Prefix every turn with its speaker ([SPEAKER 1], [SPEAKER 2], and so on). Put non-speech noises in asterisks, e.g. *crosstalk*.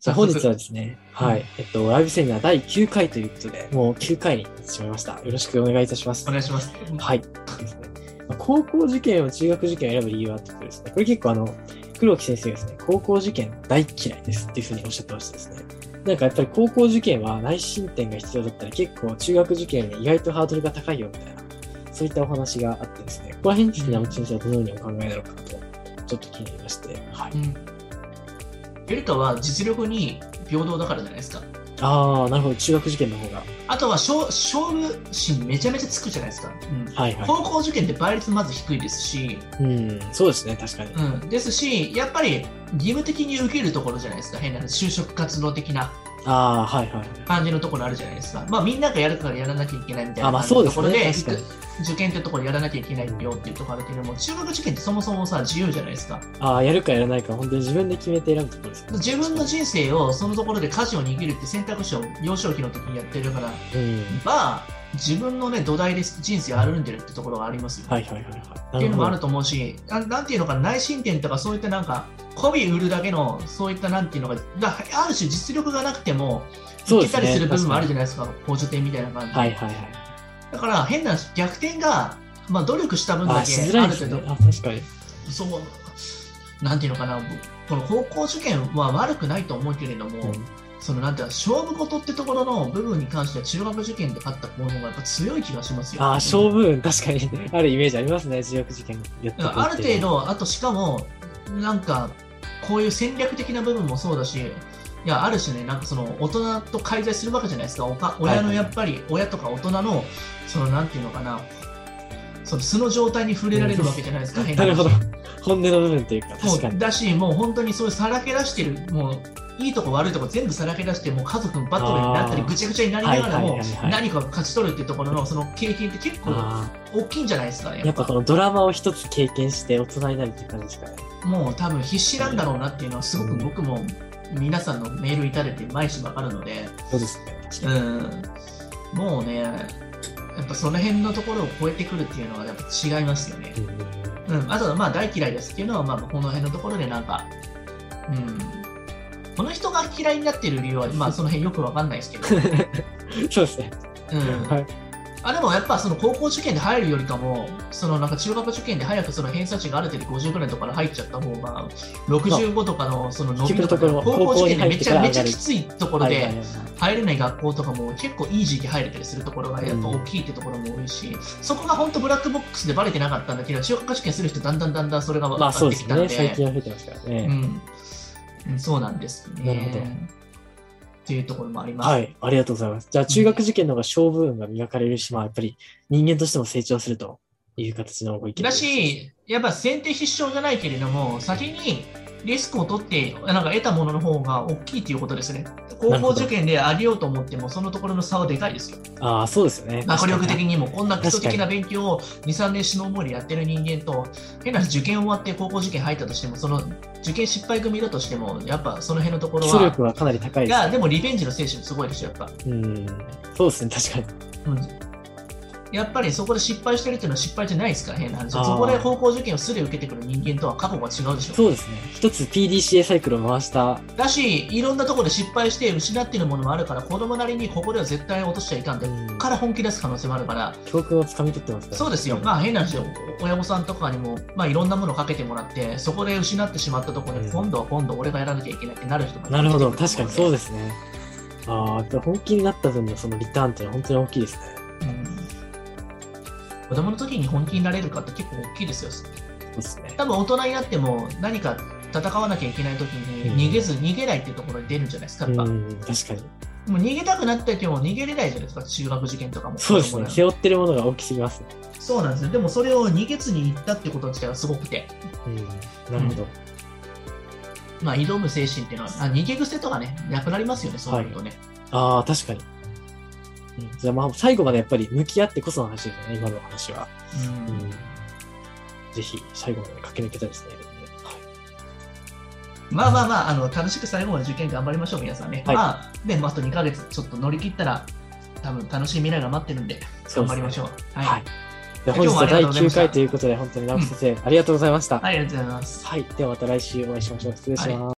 [SPEAKER 1] じゃあ本日はですね、はい、えっと、ライブセミナー第9回ということで、もう9回になってしまいました。よろしくお願いいたします。
[SPEAKER 2] お願いします。
[SPEAKER 1] はい。ですねまあ高校受験を中学受験を選ぶ理由はってことですね。これ結構あの、黒木先生がですね、高校受験大嫌いですっていうふうにおっしゃってましたですね。なんかやっぱり高校受験は内申点が必要だったら結構中学受験より意外とハードルが高いよみたいな、そういったお話があってですね、ここら辺について直木先生はどのようにお考えなのかなと、ちょっと気になりまして。はい。
[SPEAKER 2] ベルトは実力に平等だからじゃないですか。
[SPEAKER 1] ああ、なるほど。中学受験の方が。
[SPEAKER 2] あとは勝勝負心めちゃめちゃつくじゃないですか。
[SPEAKER 1] はいは
[SPEAKER 2] 高校受験って倍率まず低いですし、
[SPEAKER 1] い。うん、そうですね、確かに。
[SPEAKER 2] うん、ですし、やっぱり義務的に受けるところじゃないですか、変な話就職活動的な
[SPEAKER 1] ああ、はいはい。
[SPEAKER 2] 感じのところあるじゃないですか、まあ、みんながやるからやらなきゃいけないみたい
[SPEAKER 1] あ、
[SPEAKER 2] な
[SPEAKER 1] まあ
[SPEAKER 2] 感じ
[SPEAKER 1] そう
[SPEAKER 2] の
[SPEAKER 1] で
[SPEAKER 2] と
[SPEAKER 1] す
[SPEAKER 2] ころで、
[SPEAKER 1] ね、確かに。
[SPEAKER 2] 受験ってところやらなきゃいけないよっていうところあるけども、中学受験ってそもそもさ、自由じゃないですか、
[SPEAKER 1] ああ、やるかやらないか、本当に自分で決めて選ぶところですね。
[SPEAKER 2] 自分の人生をそのところで舵を握るって選択肢を幼少期の時にやってるから、
[SPEAKER 1] うん。
[SPEAKER 2] まあ、自分の、ね、土台で人生歩んでるってところがありますよ。
[SPEAKER 1] はいはいはいはい。
[SPEAKER 2] っていうのもあ
[SPEAKER 1] な
[SPEAKER 2] る
[SPEAKER 1] ほ
[SPEAKER 2] と思うし、ななんていうのか、内申点とか、そういったなんか、媚び売るだけの、そういったなんていうのか、だある種、実力がなくても、
[SPEAKER 1] どそ
[SPEAKER 2] い
[SPEAKER 1] うで
[SPEAKER 2] け
[SPEAKER 1] す
[SPEAKER 2] た
[SPEAKER 1] ね。
[SPEAKER 2] りする部分もあるじ
[SPEAKER 1] ゃ
[SPEAKER 2] ゃないですか、補助点みたいな感じ。
[SPEAKER 1] はいはいはい。
[SPEAKER 2] だから、変な逆転が、まあ、努力した分
[SPEAKER 1] あ
[SPEAKER 2] だ
[SPEAKER 1] あ、しづ
[SPEAKER 2] け
[SPEAKER 1] ら
[SPEAKER 2] あ
[SPEAKER 1] い
[SPEAKER 2] る
[SPEAKER 1] で
[SPEAKER 2] け
[SPEAKER 1] す
[SPEAKER 2] ど、
[SPEAKER 1] ね。あ確かに。
[SPEAKER 2] そう、なんていうのかな、この高校受験は悪くないと思うけれど
[SPEAKER 1] う
[SPEAKER 2] も、
[SPEAKER 1] ん
[SPEAKER 2] そのなんていうの勝負事ってところの部分に関しては、中学受験で勝った子の方がやっぱ強い気がしますよ。
[SPEAKER 1] ああ、勝負運、確かにあるイメージありますね、中学受験やった子
[SPEAKER 2] あ
[SPEAKER 1] っ
[SPEAKER 2] る
[SPEAKER 1] てい
[SPEAKER 2] 程
[SPEAKER 1] うのは。
[SPEAKER 2] 度、あとしかも、なんか、こういう戦略的な部分もそうだし、いや、ある種ね、なんかその、大人と介在するわけじゃないですか。おか親
[SPEAKER 1] は
[SPEAKER 2] の
[SPEAKER 1] いはい
[SPEAKER 2] やっぱり、親とか大人の、その、なんていうのかな、その素の状態に触れられるわけじゃないですか、変
[SPEAKER 1] なるほど
[SPEAKER 2] 話。
[SPEAKER 1] 本音の部分というか、
[SPEAKER 2] も
[SPEAKER 1] 確か
[SPEAKER 2] う
[SPEAKER 1] に。
[SPEAKER 2] だし、もう本当にそういうさらけ出してる、もう、いいとこ悪いとこ全部さらけ出して、もう家族のバトルになったり、
[SPEAKER 1] あー
[SPEAKER 2] ぐちゃぐちゃになりながら
[SPEAKER 1] はい
[SPEAKER 2] も
[SPEAKER 1] はいはいは、い
[SPEAKER 2] 何かを勝ち取るっていうところの、その経験って結構
[SPEAKER 1] あ
[SPEAKER 2] 大きいんじゃないですか、
[SPEAKER 1] あ、やっぱこのドラマを一つ経験して大人になるっていう感じですかね。
[SPEAKER 2] もう多分必死なんだろうなっていうのはすごく僕も皆さんのメールいただいて毎日わかるので、
[SPEAKER 1] そうですね。確かに
[SPEAKER 2] うん、もうね、やっぱその辺のところを超えてくるっていうのはやっぱ違いますよね。
[SPEAKER 1] うんうんうん
[SPEAKER 2] うん、あとはまあ大嫌いですっていうのはまあこの辺のところでなんか、うん、この人が嫌いになってる理由はまあその辺よくわかんないです
[SPEAKER 1] *laughs*
[SPEAKER 2] けど、
[SPEAKER 1] そうですね。
[SPEAKER 2] うん、
[SPEAKER 1] はい。
[SPEAKER 2] あでもやっぱその高校受験で入るよりかも、そのなんか中学受験で早くその偏差値がある程度50ぐらいのところから入っちゃった方が、65とかのその伸びとか
[SPEAKER 1] 聞くところ
[SPEAKER 2] 高校受験で
[SPEAKER 1] 高校に入
[SPEAKER 2] めちゃめ
[SPEAKER 1] って
[SPEAKER 2] ち
[SPEAKER 1] から上が
[SPEAKER 2] ゃ
[SPEAKER 1] る
[SPEAKER 2] きついところ
[SPEAKER 1] はいはい
[SPEAKER 2] で、
[SPEAKER 1] はい
[SPEAKER 2] 入れない学校とかも結構いい時期入れたりするところがやっぱ大きいってところも多いし、そこが本当ブラックボックスでバレてなかったんだけど、中学受験する人だんだんだんだんそれが分
[SPEAKER 1] ま
[SPEAKER 2] か
[SPEAKER 1] あそ
[SPEAKER 2] っ
[SPEAKER 1] うで
[SPEAKER 2] て
[SPEAKER 1] す
[SPEAKER 2] きたん
[SPEAKER 1] ね。
[SPEAKER 2] で、
[SPEAKER 1] 最近は増えてますからね。
[SPEAKER 2] うんうん、そうなんですね。
[SPEAKER 1] なるほど
[SPEAKER 2] っていうところもあります。
[SPEAKER 1] はい、ありがとうございます。じゃあ、中学受験の方が勝負運が磨かれるし、まあ、やっぱり人間としても成長するという形のご意見
[SPEAKER 2] だ
[SPEAKER 1] です。
[SPEAKER 2] し、やっぱ先手必勝じゃないけれども、先にリスクを取って、なんか得たものの方が大きいということですね。高校受験でありようと思っても、そのところの差はでかいですよ。
[SPEAKER 1] ああ、そうですよね。
[SPEAKER 2] 学力的にも、こんな
[SPEAKER 1] 確
[SPEAKER 2] 基
[SPEAKER 1] かに
[SPEAKER 2] 礎的な勉強を2、3年死の思いでやってる人間と、変な話受験終わって高校受験入ったとしても、その受験失敗組だとしても、やっぱその辺のところ
[SPEAKER 1] 基礎
[SPEAKER 2] は、
[SPEAKER 1] 力はかなり高い
[SPEAKER 2] い
[SPEAKER 1] です。
[SPEAKER 2] や、でもリベンジの精神すごいですよ、やっぱ。
[SPEAKER 1] うん、そうですね、確かに。
[SPEAKER 2] うんやっぱりそこで失敗してるっていうのは失敗じゃないですから、変な話。
[SPEAKER 1] あー
[SPEAKER 2] そこで高校受験をすで受けてくる人間とは過去が違うでしょ。
[SPEAKER 1] そうですね。一つ PDCA サイクルを回した、
[SPEAKER 2] だし、いろんなところで失敗して失っているものもあるから、子供なりにここでは絶対落としちゃいかんで、こ
[SPEAKER 1] うん
[SPEAKER 2] こから本気出す可能性もあるから、
[SPEAKER 1] 教訓をつかみ取ってますから、
[SPEAKER 2] そうですよ、まあ変な話よ、親御さんとかにも、まあ、いろんなものをかけてもらって、そこで失ってしまったところ
[SPEAKER 1] う
[SPEAKER 2] で、
[SPEAKER 1] ん
[SPEAKER 2] 今度は今度俺がやらなきゃいけないってなる人も
[SPEAKER 1] なるほど、確かにそう
[SPEAKER 2] う
[SPEAKER 1] ですね。ああ、で本気になった分のそのリターンっていうのは本当に大きいですね。
[SPEAKER 2] ん子供の時に本気になれるかって結構大きいですよ。
[SPEAKER 1] そうですね。
[SPEAKER 2] 多分大人になっても何か戦わなきゃいけない時
[SPEAKER 1] うん
[SPEAKER 2] に逃げず逃げないっていうところに出るんじゃないですか、
[SPEAKER 1] う
[SPEAKER 2] やっぱ。
[SPEAKER 1] ん、確かに。
[SPEAKER 2] もう逃げたくなったけど逃げれないじゃないですか、中学受験とかも。
[SPEAKER 1] そうです
[SPEAKER 2] 子供な
[SPEAKER 1] ね。
[SPEAKER 2] んて
[SPEAKER 1] 背負ってるものが大きすぎますね。
[SPEAKER 2] そうなんですよ。でもそれを逃げずに行ったってこと自体はすごくて、
[SPEAKER 1] うん、なるほど。
[SPEAKER 2] まあ、挑む精神っていうのは、あ逃げ癖とかね、なくなりますよね、そうなるとね。
[SPEAKER 1] ああ、確かに。うんじゃあまあ最後までやっぱり向き合ってこその話ですね、今の話は。
[SPEAKER 2] うん
[SPEAKER 1] ぜひ最後まで駆け抜けたいですね。
[SPEAKER 2] まあまあまあ、あの楽しく最後まで受験頑張りましょう、皆さんね。
[SPEAKER 1] はい
[SPEAKER 2] まあ、で、まああと2ヶ月ちょっと乗り切ったら、多分楽しい未来が待ってるんで、
[SPEAKER 1] そう
[SPEAKER 2] 頑
[SPEAKER 1] ですね
[SPEAKER 2] 張りましょう。はい、
[SPEAKER 1] はい。では本
[SPEAKER 2] 今日
[SPEAKER 1] 日
[SPEAKER 2] もあ
[SPEAKER 1] は
[SPEAKER 2] りが
[SPEAKER 1] 第
[SPEAKER 2] とうございま
[SPEAKER 1] 9
[SPEAKER 2] した
[SPEAKER 1] 回ということで、本当に直木先生、ありがとうございました。
[SPEAKER 2] ありがとうございます。
[SPEAKER 1] はい。ではまた来週お会いしましょう。失礼します。